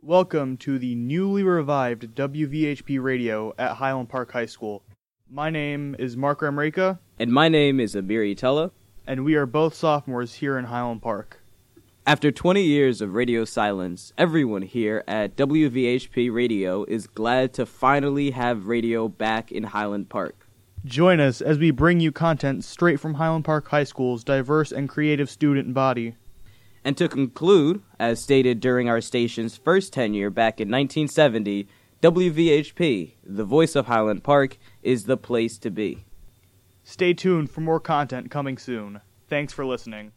Welcome to the newly revived WVHP radio at Highland Park High School. My name is Mark Ramreka, And my name is Amir Itella. and we are both sophomores here in Highland Park. After 20 years of radio silence, everyone here at WVHP Radio is glad to finally have radio back in Highland Park. Join us as we bring you content straight from Highland Park High School's diverse and creative student body. And to conclude, as stated during our station's first tenure back in 1970, WVHP, the voice of Highland Park, is the place to be. Stay tuned for more content coming soon. Thanks for listening.